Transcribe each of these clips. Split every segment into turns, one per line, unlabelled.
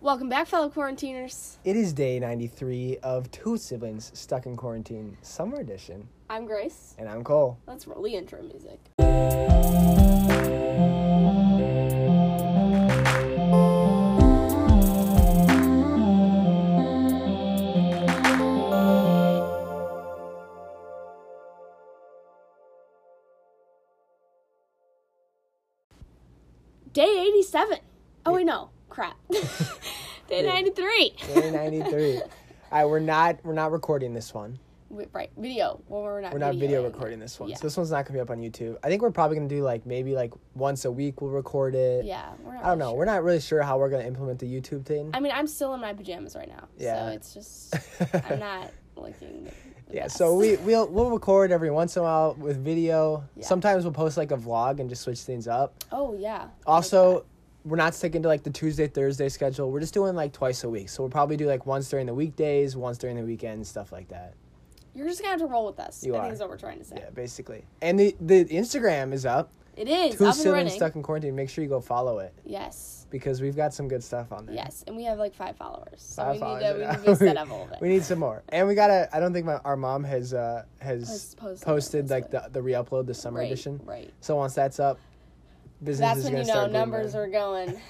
Welcome back, fellow quarantiners.
It is day 93 of Two Siblings Stuck in Quarantine Summer Edition,
I'm Grace.
and I'm Cole.
Let's roll the intro music. Day 87. Oh, wait, no. Crap. Day 93.
Day 93. All right, we're not we're not recording this one.
Wi- right video well we're not
We're not video
videoing it.
recording this one.
Yeah.
So this one's not gonna be up on YouTube. I think we're probably gonna do like maybe like once a week we'll record it.
yeah we're not
I
really
don't know.
sure.
We're not really sure how we're gonna implement the YouTube thing.
i mean i'm still in my pajamas right now
Yeah.
so it's just i'm not looking the
yeah.
best.
So we we'll we'll record every once in a while with video.
Yeah.
Sometimes we'll post like a vlog and just switch things up.
oh yeah
Also, we're not sticking to like the Tuesday Thursday schedule. We're just doing like twice a week. So we'll probably do like once during the weekdays, once during the weekends, stuff like that.
you're just gonna have to roll with us
You
i
are.
think is what we're trying to say
Yeah, basically. And the the Instagram is up.
it is
Two
up and
siblings
running
stuck in quarantine. Make sure you go follow it
yes
because we've got some good stuff on there.
yes and we have like five followers so
Five
we
followers
need to
it
we
up.
need to set up a little bit
We need some more. And we gotta. I don't think my, our mom has uh has
Has posted
posted
it,
like the the re-upload the summer
right,
edition.
right
So once that's up, business
that's
is
when
gonna
you know
start.
numbers are going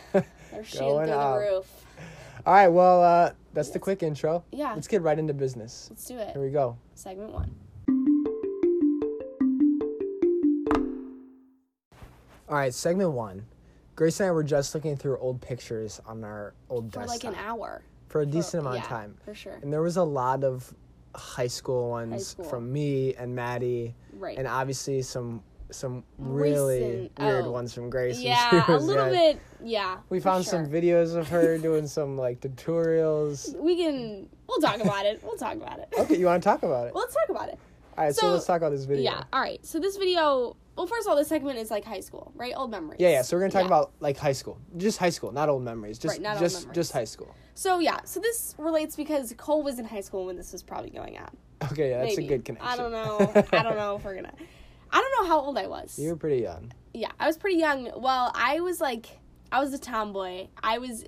they're shooting
Going
through
up.
the roof
All right. Well, uh, that's the quick intro.
Yeah.
Let's get right into business.
let's do it
Here we go.
segment one
All right, segment one. Grace and I were just looking through old pictures on our old
for
desktop
like an hour
for a
For-
decent amount
yeah,
of time,
for sure
and there was a lot of high school ones
school.
from me and Maddie,
right
and obviously some some really
Recent-
weird
oh.
ones from Grace. when she
Yeah, a
was
little
young.
bit. Yeah.
We
for
found
sure.
some videos of her doing some like tutorials.
We can. We'll talk about it. We'll talk about it.
Okay, you want to talk about it?
Well, let's talk about it.
All right, so,
so-
let's talk about this video.
Yeah. All right. So this video. Well, first of all, this segment is like high school, right? Old memories.
Yeah, yeah. So we're gonna talk
Yeah.
about like high school, just high school, not old memories, just
Right, not old
just
memories.
just high school.
So yeah. So this relates because Cole was in high school when this was probably going on.
Okay, yeah, that's
Maybe.
a good connection.
I don't know. I don't know if we're gonna. I don't know how old I was.
You were pretty young.
yeah, I was pretty young. Well, I was like, I was a tomboy. I was.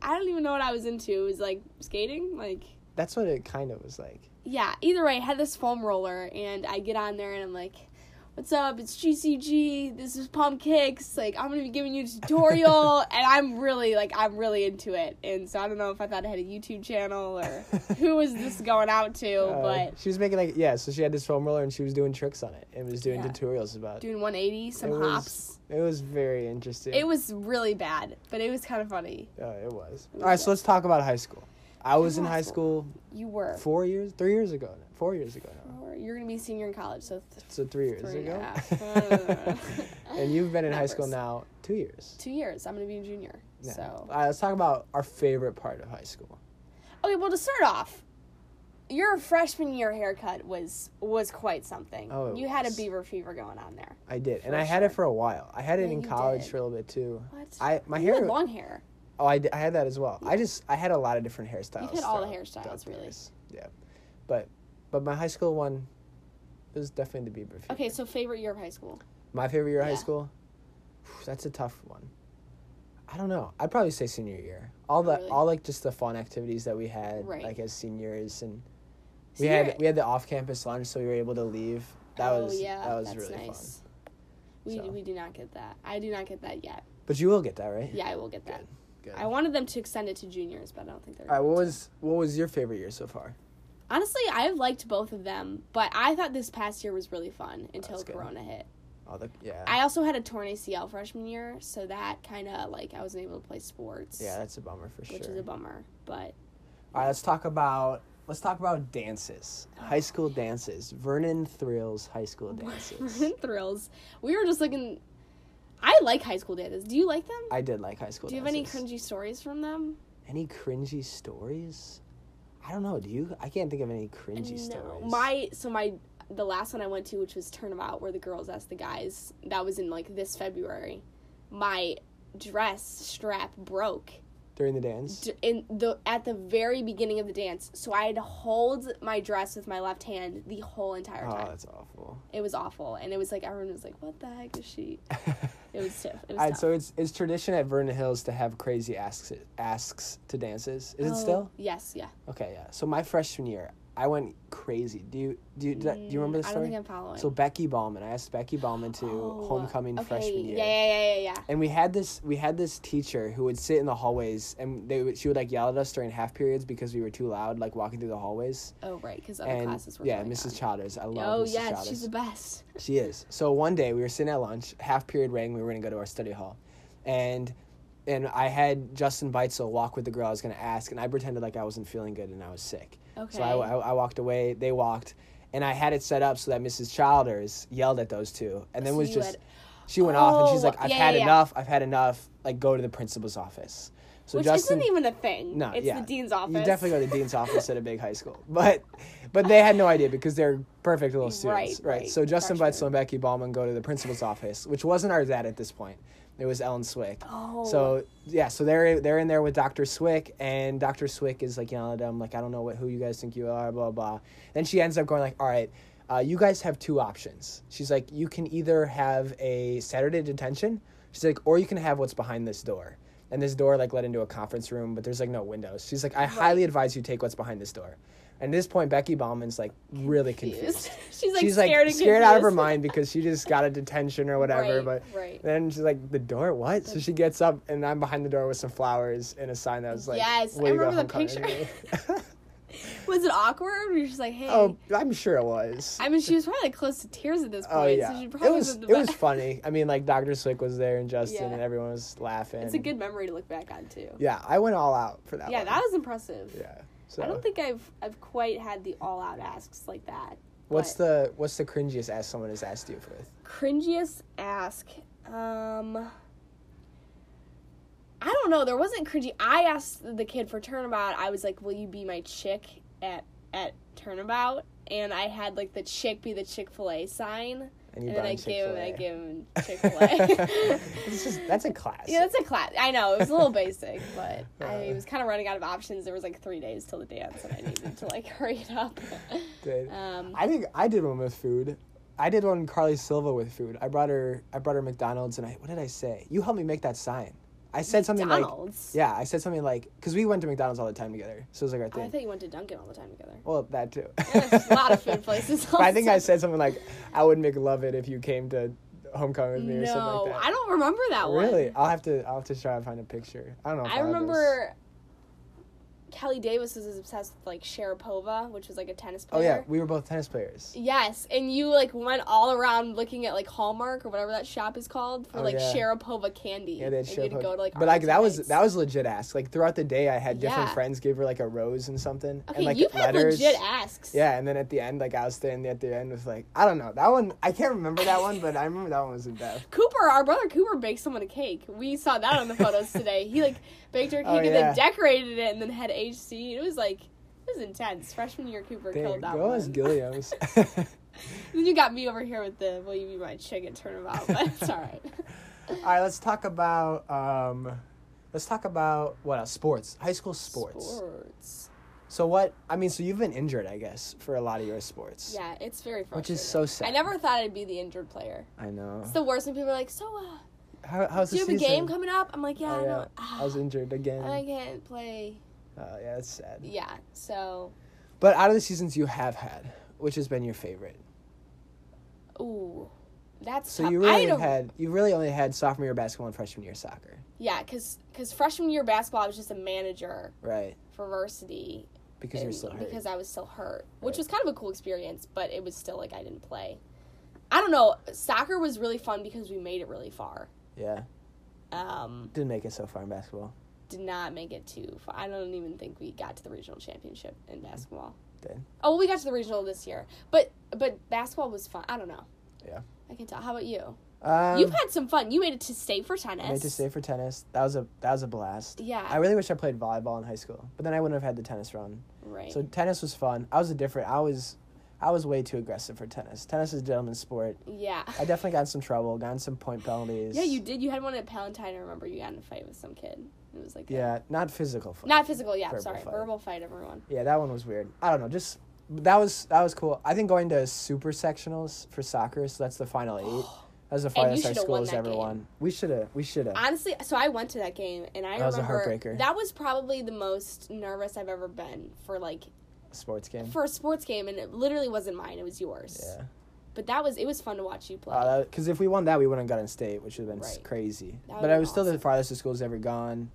I don't even know what I was into. It was like skating, like.
That's what it kind of was like.
yeah, either way, I had this foam roller and I get on there and I'm like, What's up? It's GCG. This is Pump Kicks. Like, I'm going to be giving you a tutorial. and I'm really, like, I'm really into it. And so I don't know if I thought I had a YouTube channel or who was this going out to,
Uh,
but
she was making like yeah, so she had this foam roller and she was doing tricks on it and was doing
Yeah.
tutorials about it.
doing 180, some
it was-
hops.
It was very interesting.
It was really bad, but it was kind of funny.
Uh, it was. All right, so let's talk about high school. I was in high school
You were.
four years, three years ago, now, four years ago now.
You're going to be a senior in college, so th-
So three years
Three and a
ago.
half. No, no, no, no.
and you've been in high school
Numbers.
now two years.
two years. I'm going to be a junior.
Yeah.
So.
All right, let's talk about our favorite part of high school.
Okay, well to start off, your freshman year haircut was was quite something.
Oh, it
you had a
was.
beaver fever going on there.
I did, and
For
I had it
sure.
for a while. I had it
Yeah,
in
you
college
did.
for a little bit too.
What?
I my
you
hair
had long hair.
Oh, I, d- I had that as well. I just I had a lot of different hairstyles.
You had all the
throughout-
hairstyles,
throughout the
really.
years. Yeah, but but my high school one it was definitely the Bieber. Fever.
Okay, so favorite year of high school.
My favorite year of
Yeah.
high school. Whew, That's a tough one. I don't know. I'd probably say senior year. All the
Really?
all like just the fun activities that we had
Right.
like as seniors and we
Senior-
had we had the off campus lunch so we were able to leave. That
oh,
was
yeah,
that was
that's
really fun.
nice. We
So.
we do not get that. I do not get that yet.
But you will get that right.
Yeah, I will get that.
Good.
I wanted them to extend it to juniors, but I don't think they're.
all right.
going
What
to.
was what was your favorite year so far?
Honestly, I've liked both of them, but I thought this past year was really fun until
that's good.
Corona hit.
All the yeah.
I also had a torn ACL freshman year, so that kind of like I wasn't able to play sports.
yeah, that's a bummer for sure.
which is a bummer. But
All right, let's talk about let's talk about dances. High school dances. Vernon Thrills high school dances.
thrills. We were just looking. I like high school dances. Do you like them?
I did like high school.
Do you have any
dances.
cringy stories from them?
Any cringy stories? I don't know. Do you? I can't think of any cringy stories.
My so my the last one I went to, which was Turnabout, where the girls asked the guys. That was in like this February. My dress strap broke
during the dance.
d- in the at the very beginning of the dance, so I had to hold my dress with my left hand the whole entire
oh,
time.
that's awful.
It was awful, and it was like everyone was like, "What the heck is she?" It was tough. It was
All right,
tough.
so it's it's tradition at Vernon Hills to have crazy asks asks to dances. Is
Oh,
it still?
Yes. Yeah.
Okay, yeah. So my freshman year, I went crazy. Do you do you, did I- do you remember
Mm,
the
I
story?
don't think I'm following.
so Becky Ballman, I asked Becky Ballman to
Oh,
homecoming
okay.
freshman year.
Yeah, yeah, yeah, yeah, yeah.
And we had this we had this teacher who would sit in the hallways and they would, she would like yell at us during half periods because we were too loud like walking through the hallways.
Oh, right, because other
and
classes were.
yeah,
going
Mrs.
on.
Chowders. I love
Oh
Mrs.
yes,
Chowders.
she's the best.
She is. So one day we were sitting at lunch, half period rang, we were gonna go to our study hall. And and I had Justin Beitzel walk with the girl I was gonna ask, and I pretended like I wasn't feeling good and I was sick.
Okay.
So I, I, I walked away, they walked, and I had it set up so that Mrs. Childers yelled at those two and then
So
was
you
just
had-
she went off and she's
Oh,
like, I've
yeah,
had
yeah, yeah.
enough, I've had enough, like go to the principal's office. So
Which
Justin
isn't even a thing.
no,
it's
yeah.
the dean's office.
You definitely go to the dean's office at a big high school, but but they had no idea because they're perfect little students,
Right,
right?
right.
So Justin Beitzel
Freshmen.
and Becky Ballman go to the principal's office, which wasn't ours at at this point. It was Ellen Swick.
Oh.
So yeah, so they're they're in there with Dr. Swick, and Dr. Swick is like yelling at them, like I don't know what who you guys think you are, blah blah. Then she ends up going like, all right. Uh, you guys have two options. She's like, you can either have a Saturday detention. She's like, or you can have what's behind this door. And this door like led into a conference room, but there's like no windows. She's like, I highly advise you take what's behind this door. And at this point, Becky Bauman's like really confused
Confused. she's like
she's like
scared
scared,
and
out of her
confused.
mind because she just got a detention or whatever.
Right,
but
right.
then she's like, the door, what? So she gets up and I'm behind the door with some flowers and a sign that was like,
Yes, I
"Way to go,
remember the
homecoming."
Was it awkward? We were just like, hey.
oh, I'm sure it was.
I mean, she was probably like close to tears at this point.
oh yeah,
So she
it
probably
was.
wasn't
It
the
was
best.
funny. I mean, like Dr. Slick was there and Justin
Yeah.
and everyone was laughing.
It's a good memory to look back on too.
Yeah, I went all out for that.
yeah,
one.
that was impressive.
Yeah. So
I don't think I've I've quite had the all out asks like that.
what's
but-
the what's the cringiest ass someone has asked you for?
Cringiest ask. Um I don't know, there wasn't cringy I asked the kid for turnabout, I was like, Will you be my chick at at turnabout? And I had like the chick be the Chick fil A sign.
And you
And then I
brought
gave him I
Chick-fil-A.
gave him Chick fil A.
It's just that's a class.
Yeah, that's a class. I know it was a little basic, but I
Uh.
was kind of running out of options. There was like three days till the dance, and I needed to like hurry it up.
Dude.
Um,
I think I did one with food. I did one with Carly Silva with food. I brought her I brought her McDonald's and I what did I say? You helped me make that sign. I said something like
McDonald's.
Yeah, I said something like cuz we went to McDonald's all the time together. So it was like our
Oh, I
thing.
thought you went to Dunkin' all the time together.
well, that too.
There's a lot of food places
But I think I
also.
said something like I would make love it if you came to homecoming with me or
No,
something like that.
I don't remember that one.
Really? I'll have to I'll have to try and find a picture. I don't know. If
I
have this.
remember Kelly Davis was obsessed with like Sharapova, which was like a tennis
Oh yeah,
player.
we were both tennis players.
Yes, and you like went all around looking at like Hallmark or whatever that shop is called for
Oh,
like
yeah.
Sharapova candy.
Yeah, they had
and
show
you'd go to like
But like
Arnold's
that was
Place.
that was legit ask. Like throughout the day, I had different
Yeah.
friends give her like a rose and something,
Okay,
and like
you've had
letters.
legit asks.
yeah, and then at the end, like I was standing at the end with like I don't know that one. I can't remember that one, but I remember that one was in depth.
Cooper, our brother Cooper, baked someone a cake. We saw that on the photos today. He like baked her a cake
Oh,
and
yeah.
then decorated it and then had HC. It was like it was intense. Freshman year, Cooper
Dang,
killed that
go
one.
as Gilliams.
Then you got me over here with the "Will you be my chick?" and turnabout, but it's all right.
All right, let's talk about um, let's talk about what else? Sports, high school sports.
Sports.
So what? I mean, so you've been injured, I guess, for a lot of your sports.
Yeah, it's very frustrating.
Which is so sad.
I never thought I'd be the injured player.
I know.
It's the worst when people are like, "So, uh,
How, how's
do you
the
have a game
season?
coming up?" I'm like, "Yeah,
Oh,
I
yeah.
know.
I was injured again.
I can't play."
oh yeah, that's sad.
Yeah, so
But out of the seasons you have had, which has been your favorite?
ooh, that's
So
tough.
you
I
really
don't,
had you really only had sophomore year basketball and freshman year soccer,
Yeah, because freshman year basketball, I was just a manager
right?
for varsity.
Because you're
and-
still hurt.
Because I was still hurt,
Right.
which was kind of a cool experience, but it was still like I didn't play. I don't know. Soccer was really fun because we made it really far.
yeah,
Um,
didn't make it so far in basketball.
did not make it too far. I don't even think we got to the regional championship in basketball.
Did.
Oh, well, we got to the regional this year, but but basketball was fun. I don't know.
Yeah.
I can tell. How about you?
Um,
You've had some fun. You made it to state for tennis.
I made to stay for tennis. That was a that was a blast.
Yeah.
I really wish I played volleyball in high school, but then I wouldn't have had the tennis run.
right.
So tennis was fun. I was a different. I was, I was way too aggressive for tennis. Tennis is a gentleman's sport.
yeah.
I definitely got in some trouble. Got in some point penalties.
Yeah, you did. You had one at Palantine. I remember you got in a fight with some kid. It was like a-
Yeah, not physical. Fight.
not physical. Yeah, I'm
Verbal
sorry,
fight.
verbal fight. Everyone.
Yeah, that one was weird. I don't know. Just that was that was cool. I think going to super sectionals for soccer, so that's the final eight, That was the
you
farthest our
should've
school
won
has
that
ever
game.
won. We should have. We should have.
Honestly, so I went to that game and I
That was a
remember
heartbreaker.
that was probably the most nervous I've ever been for like
Sports game.
for a sports game and it literally wasn't mine, it was yours.
Yeah.
But that was it was fun to watch you play.
Because if we won that, we wouldn't have gotten state, which would have been s
Right.
crazy.
That would've
But I
been
was still the
awesome.
farthest the school's ever gone.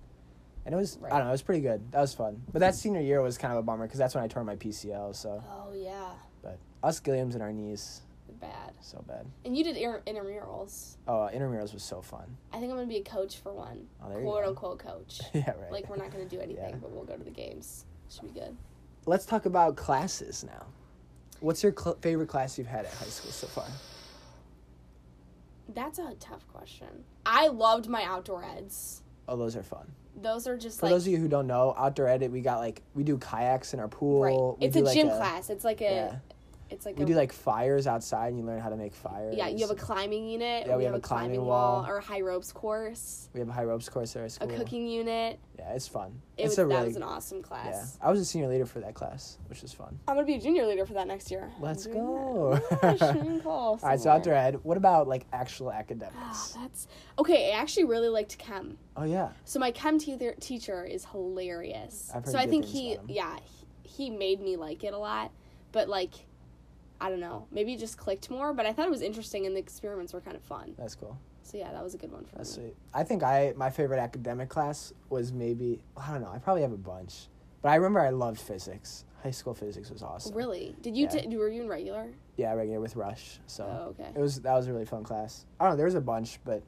And it was,
Right.
I don't know, it was pretty good. That was fun. But that senior year was kind of a bummer because that's when I tore my PCL. So,
oh yeah.
but us Gilliams and our knees,
Bad.
so bad.
And you did inter- intramurals.
Oh, uh, intramurals was so fun.
I think I'm gonna be a coach for one.
Oh, there you
quote
go.
unquote coach.
yeah, right.
Like we're not gonna do anything,
Yeah.
but we'll go to the games. Should be good.
Let's talk about classes now. What's your cl- favorite class you've had at high school so far?
That's a tough question. I loved my outdoor eds.
Oh, those are fun.
Those are just
For
like
those of you who don't know, outdoor edit, we got like we do kayaks in our pool.
right.
We
It's
do,
a
like,
gym class. It's like a
Yeah.
it's like
We
a
do like fires outside, and you learn how to make fires.
Yeah, you have a climbing unit.
Yeah,
we, have, a climbing, wall. or a high ropes course.
we have a high ropes course at our school.
A cooking unit.
Yeah, it's fun.
It
it's
was,
a
that
really
was an awesome
yeah.
class.
I was a senior leader for that class, which was fun.
I'm gonna be a junior leader for that next year. I'm
Let's
doing that.
go.
Oh my gosh, I'm cool.
All right, so
Somewhere.
outdoor ed. What about like actual
Ah,
academics?
that's okay. I actually really liked chem.
Oh yeah,
So my chem teacher teacher is hilarious.
I've heard
so I
good
think
things
he
about him.
yeah he, he made me like it a lot, but like I don't know maybe it just clicked more. But I thought it was interesting and the experiments were kind of fun.
that's cool.
So yeah, that was a good one for
That's
me.
sweet. I think I my favorite academic class was maybe I don't know. I probably have a bunch, but I remember I loved physics. High school physics was awesome.
Really? Did you
Yeah.
t- were you in regular?
Yeah, regular with Rush. So
Oh, okay.
it was that was a really fun class. I don't know. There was a bunch, but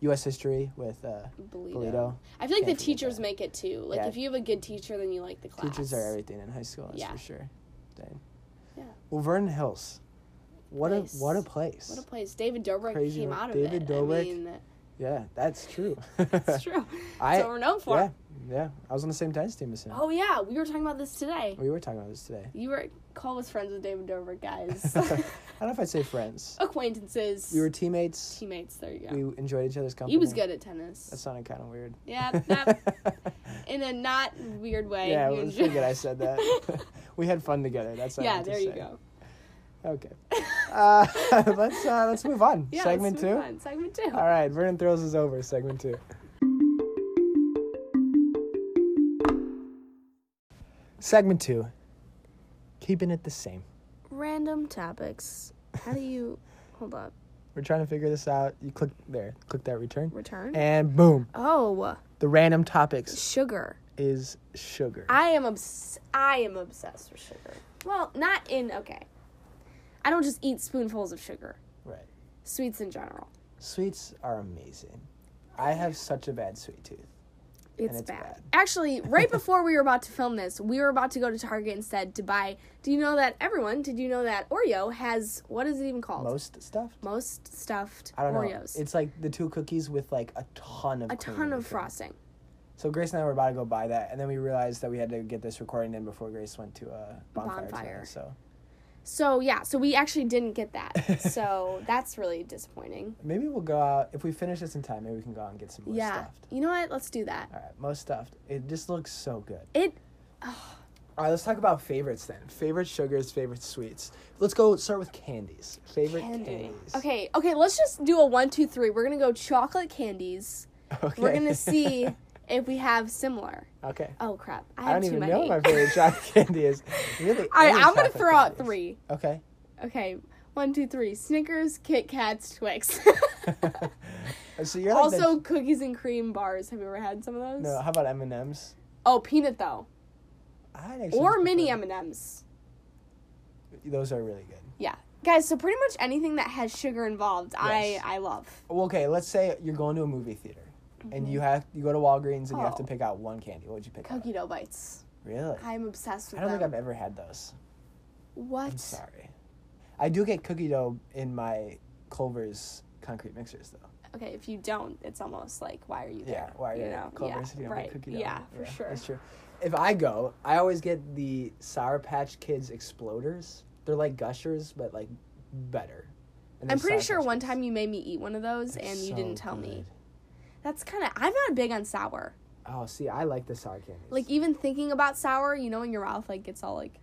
U.S. history with uh,
Bolito.
Polito.
I feel like
Can't forget
the teachers
that.
make it too. Like
Yeah.
if you have a good teacher, then you like the class.
Teachers are everything in high school. That's
Yeah.
for sure. Dang.
Yeah.
Well, Vernon Hills. What
Place.
a what a place.
What a place! David Dobrik
Crazy
came
man.
out of
David
it. I
Dobrik.
mean,
yeah, that's true.
that's true.
I-
that's what we're known for.
yeah, yeah. I was on the same tennis team as him.
Oh yeah, we were talking about this today.
We were talking about this today.
You were Cole was friends with David Dobrik, guys.
I don't know if I'd say friends.
Acquaintances.
We were teammates.
Oh, teammates. There you go.
We enjoyed each other's company.
he was good at tennis.
That sounded kind of weird.
yeah, that, in a not weird way.
yeah,
you
well, it's
enjoy-
pretty good I said that. we had fun together. That's all I
yeah,
meant to
there you
say.
go.
Okay. Uh, let's uh, let's move on.
Yeah, let's
Segment two.
move on. Segment two.
All right, Vernon Thrills is over. Segment two. Segment two. Keeping it the same.
Random topics. How do you hold up?
We're trying to figure this out. You click there. Click that return.
Return?
And boom,
Oh,
the random topics
sugar.
is sugar.
I am obs- I am obsessed with sugar. Well, not in okay. I don't just eat spoonfuls of sugar.
Right.
Sweets in general.
Sweets are amazing. I have such a bad sweet tooth.
It's,
it's
bad.
bad.
Actually, right before we were about to film this, we were about to go to Target instead to buy. Do you know that everyone? Did you know that Oreo has what is it even called?
Most stuff?
Most stuffed
I don't
Oreos.
know. It's like the two cookies with like a ton of
a
cream
ton
in
of
between.
frosting.
So Grace and I were about to go buy that, and then we realized that we had to get this recording in before Grace went to a bonfire.
Bonfire.
Tonight, so
So yeah, so we actually didn't get that. so that's really disappointing.
maybe we'll go out if we finish this in time. Maybe we can go out and get some more
yeah.
stuffed.
You know what? Let's do that.
All right, most stuffed. It just looks so good.
It
All right, let's talk about favorites then. Favorite sugars, favorite sweets. Let's go start with candies. Favorite
candy.
candies.
Okay, okay, let's just do a one, two, three. We're gonna go chocolate candies.
Okay.
We're gonna see if we have similar.
okay.
Oh crap. I
I
have
don't
too
even
many.
know what my favorite chocolate candy is. Really?
All right,
any
I'm gonna
chocolate
throw out
candies.
three.
Okay.
Okay, one, two, three. Snickers, Kit Kats, Twix.
so you're like
also,
the,
cookies and cream bars. Have you ever had some of those?
no. How about M and M's?
Oh, peanut though, or mini M and M's.
Those are really good.
Yeah, guys. So pretty much anything that has sugar involved,
Yes.
I I love.
Well, okay, let's say you're going to a movie theater and you have you go to Walgreens and you have
Mm-hmm.
to
Oh.
pick out one candy. What would you pick? out?
Cookie dough bites.
Really? I
I'm obsessed with
don't
them.
think I've ever had those.
what?
I'm sorry. I do get cookie dough in my Culver's concrete mixers though.
Okay, if you don't, it's almost like why are you
Yeah,
there?
why are you
you
at
know?
Culver's if you
yeah,
don't
right.
get cookie dough?
Yeah, for sure.
That's true. If I go, I always get the Sour Patch Kids Exploders. They're like gushers, but like better. And
I'm
they're
pretty
Sour
sure
Patch
one
Kids.
time you made me eat one of those
They're
and you
so
didn't tell me.
good.
That's kind of. I'm not big on sour.
Oh, see, I like the sour candies.
Like even thinking about sour, you know, when your mouth like gets all like,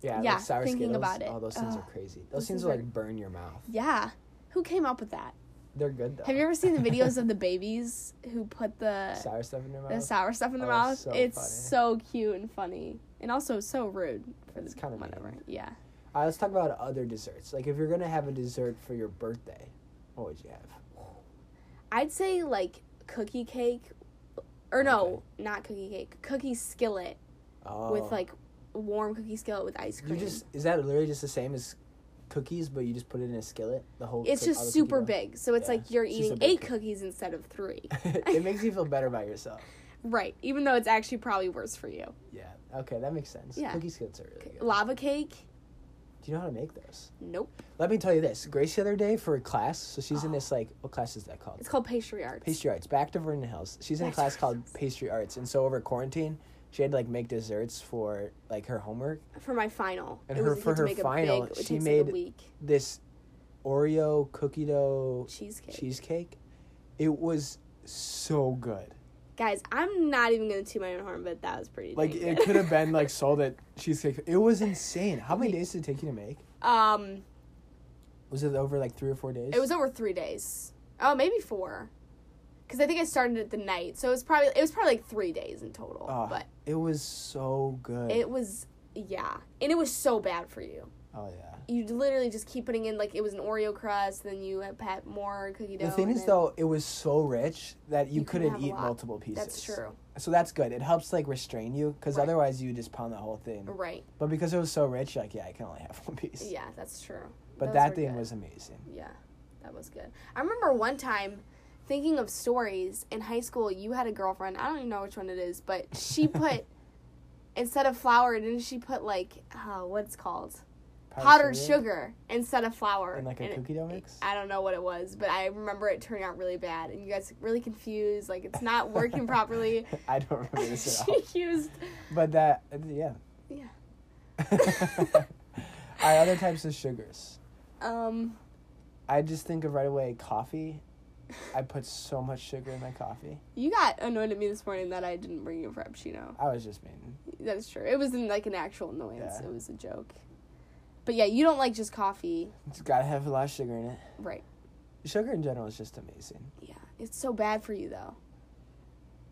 Yeah,
Yeah,
like sour
thinking
Skittles.
about it.
Oh, those things are
Ugh,
crazy. Those,
those
things
things
will
are-
like burn your mouth.
yeah, who came up with that?
They're good though.
Have you ever seen the videos of the babies who put the
sour stuff in their mouth?
the sour stuff in their
Oh,
mouth?
so
it's
funny.
so cute and funny, and also so rude. For
It's
the-
kinda
whatever.
mean.
Yeah,
All right, let's talk about other desserts. Like if you're gonna have a dessert for your birthday, what would you have?
I'd say like cookie cake, or no, not cookie cake, cookie skillet
Oh,
with like warm cookie skillet with ice cream.
you just is that literally just the same as cookies, but you just put it in a skillet? The whole
it's
cook- all
just
the cookie
super
dough?
big, so it's
Yeah,
like you're
it's just a
eating
big
eight
cookie.
cookies instead of three.
it makes you feel better about yourself.
Right, even though it's actually probably worse for you.
Yeah. Okay, that makes sense.
Yeah.
Cookie skillets are really good.
Lava cake?
Do you know how to make those?
Nope.
Let me tell you this. Grace the other day for a class, so she's in
Oh.
this like what class is that called?
It's called pastry arts.
pastry arts back to vernon hills she's in a
Back to
class called
Vernon
pastry arts and so over quarantine she had to like make desserts for like her homework
for my final.
And
It
her-
was- you
for
have to
her
make a
final,
big- it
she
takes,
made
like a week
this oreo cookie dough
cheesecake.
cheesecake it was so good
Guys, I'm not even gonna toot my own horn, but that was pretty.
like
dang
it
good.
could have been like sold at cheesecake it was insane how many days did it take you to make
um,
was it over like three or four days
it was over three days. Oh, maybe four, because I think I started it the night, so it was probably it was probably like three days in total.
Oh,
but
it was so good
it was yeah, and it was so bad for you.
oh yeah
You literally just keep putting in like it was an Oreo crust, then you had pat more cookie dough.
the thing
and
is
then-
though it was so rich that you,
You couldn't
couldn't
have a
eat
lot.
multiple pieces
that's true,
So that's good. It helps like restrain you because
Right.
otherwise you just pound the whole thing.
right?
But because it was so rich, you're like yeah, I can only have one piece.
Yeah, that's true.
but
Those
that
were
thing
good.
was amazing.
Yeah, that was good. I remember one time thinking of stories in high school. You had a girlfriend. I don't even know which one it is, but she put instead of flour, didn't she put like uh, what's called powdered sugar. instead of flour?
and like a
it-
cookie dough mix.
I don't know what it was, but I remember it turning out really bad, and you guys were really confused. Like it's not working properly.
I don't remember this at all.
she used
But that yeah.
Yeah.
Our other types of sugars.
um.
I just think of right away coffee. I put so much sugar in my coffee.
You got annoyed at me this morning that I didn't bring you a frappuccino.
I was just mean.
That's true. It wasn't like an actual annoyance.
Yeah.
It was a joke. But yeah, you don't like just coffee,
It's gotta have a lot of sugar in it.
right?
Sugar in general is just amazing.
Yeah, it's so bad for you though.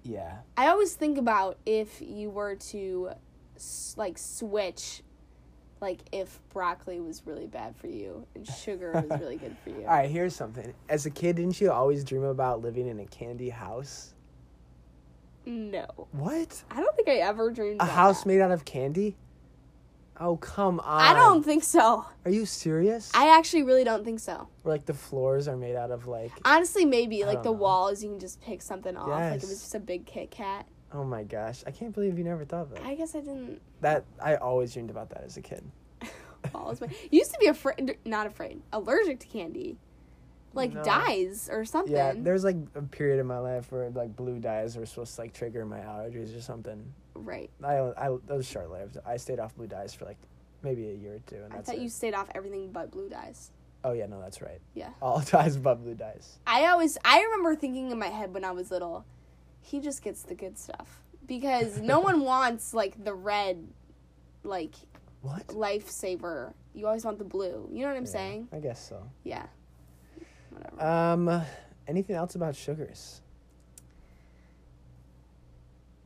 Yeah.
I always think about if you were to s- like switch, like if broccoli was really bad for you and sugar was really good for you.
All right, here's something. As a kid, didn't you always dream about living in a candy house?
No,
What?
I don't think I ever dreamed
A
about
house
that.
made out of candy? Oh, come on.
I don't think so.
Are you serious?
I actually really don't think so.
Where, like, the floors are made out of, like,
Honestly, maybe
I
like
don't
the
know.
walls, you can just pick something off. Like it was
Yes.
just a big Kit Kat.
oh my gosh. I can't believe you never thought of that.
I guess I didn't.
That, I always dreamed about that as a kid.
balls. But you used to be afraid, not afraid, allergic to candy, like
No.
dyes or something.
Yeah, there's, like, a period in my life where, like, blue dyes were supposed to, like, trigger my allergies or something.
right.
I, I, that was short lived. I stayed off blue dyes for, like, maybe a year or two, and
I
that's
thought
it.
you stayed off everything but blue dyes.
Oh, yeah, no, that's right.
Yeah.
All dyes but blue dyes.
I always, I remember thinking in my head when I was little, he just gets the good stuff because no one wants like the red, like
What?
lifesaver. You always want the blue. You know what I'm
Yeah,
saying?
I guess so.
Yeah. Whatever.
Um, anything else about sugars?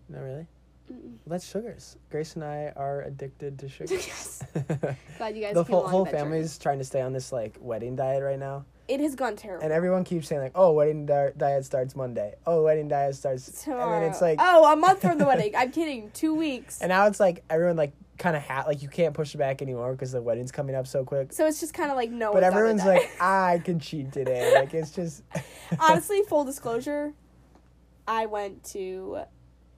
Not really.
Mm-mm.
Well, that's sugars. Grace and I are addicted to sugar.
Yes. Glad you guys
the
came
whole,
along
whole
that journey.
family's trying to stay on this like wedding diet right now,
It has gone terrible.
and everyone keeps saying like, "Oh, wedding di- diet starts Monday. Oh, wedding diet starts,"
Tomorrow.
and then it's like,
oh, a month from the wedding. I'm kidding. Two weeks.
and now it's like everyone like kind of ha- like you can't push it back anymore because the wedding's coming up so quick.
So it's just kind of like no.
But
one's ever
everyone's
done
like, "Ah."
it.
"I could cheat today." Like it's just
honestly, full disclosure, I went to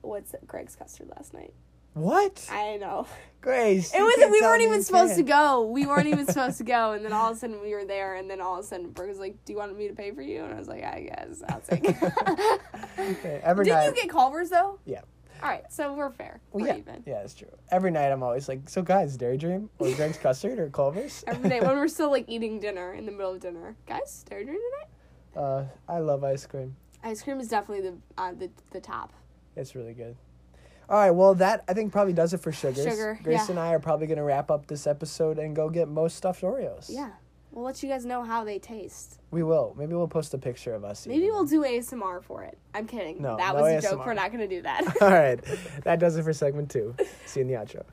what's it, Greg's custard last night.
what?
I know
Grace.
it
you
was.
can't
We
tell
weren't
me
even
you
supposed to
can't.
go. We weren't even supposed to go, and then all of a sudden we were there, and then all of a sudden Brooke was like, "Do you want me to pay for you?" And I was like, "I guess." I was like,
Okay, every
"Did
night.
you get Culver's though?"
Yeah.
All right, so we're fair.
Well,
We're
yeah,
even.
yeah, it's true. Every night I'm always like, so guys, Dairy Dream or Greg's Custard or Culver's.
Every day when we're still like eating dinner in the middle of dinner, guys, dare during the night.
uh, I love ice cream.
Ice cream is definitely the uh, the the top.
It's really good. All right, well that I think probably does it for sugars.
Sugar,
Grace
yeah.
and I are probably gonna wrap up this episode and go get most stuffed Oreos.
Yeah. We'll let you guys know how they taste.
We will. Maybe we'll post a picture of us.
Maybe
eating.
we'll do ASMR for it. I'm kidding.
No,
that
no
was a joke.
ASMR.
We're not gonna do that.
All right. That does it for segment two. See you in the outro.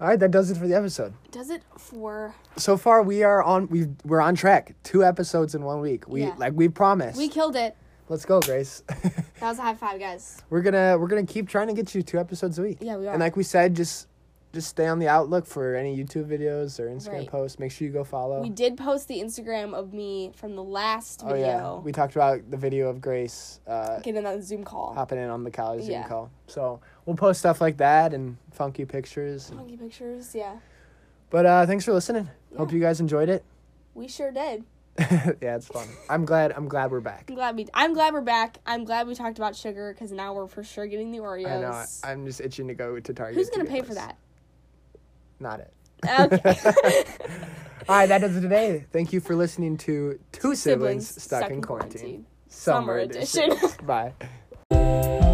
All right, that does it for the episode.
Does it for
So far, we are on. We we're on track. Two episodes in one week. We
Yeah.
like we promised.
we killed it.
Let's go, Grace.
That was a high five, guys.
we're gonna we're gonna keep trying to get you two episodes a week.
Yeah, we are.
And like we said, just just stay on the outlook for any YouTube videos or Instagram
Right.
posts. Make sure you go follow.
We did post the Instagram of me from the last
oh yeah,
video.
we talked about the video of Grace uh,
Getting on that Zoom call.
hopping in on the college Zoom
Yeah.
call. So we'll post stuff like that and funky pictures.
Funky pictures, yeah.
But uh, thanks for listening. Hope you guys enjoyed it.
We sure did.
yeah, it's fun. I'm glad. I'm glad we're back.
I'm glad we. I'm glad we're back. I'm glad we talked about sugar because now we're for sure getting the Oreos.
I know. I- I'm just itching to go to Target.
Who's
to
gonna
get
pay for
those.
that?
Not it.
Okay.
All right, that does it today. Thank you for listening to Two Siblings, Stuck, in Quarantine, Summer,
Summer
Edition. Bye.